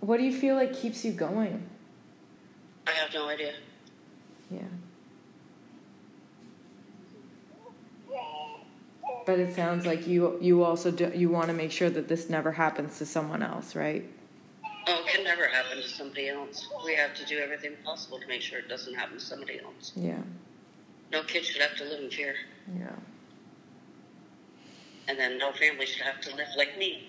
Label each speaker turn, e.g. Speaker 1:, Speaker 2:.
Speaker 1: What do you feel like keeps you going?
Speaker 2: I have no idea.
Speaker 1: Yeah. But it sounds like you you also do, you want to make sure that this never happens to someone else, right?
Speaker 2: Oh, it can never happen to somebody else. We have to do everything possible to make sure it doesn't happen to somebody else.
Speaker 1: Yeah.
Speaker 2: No kid should have to live in fear,
Speaker 1: Yeah.
Speaker 2: and then no family should have to live like me.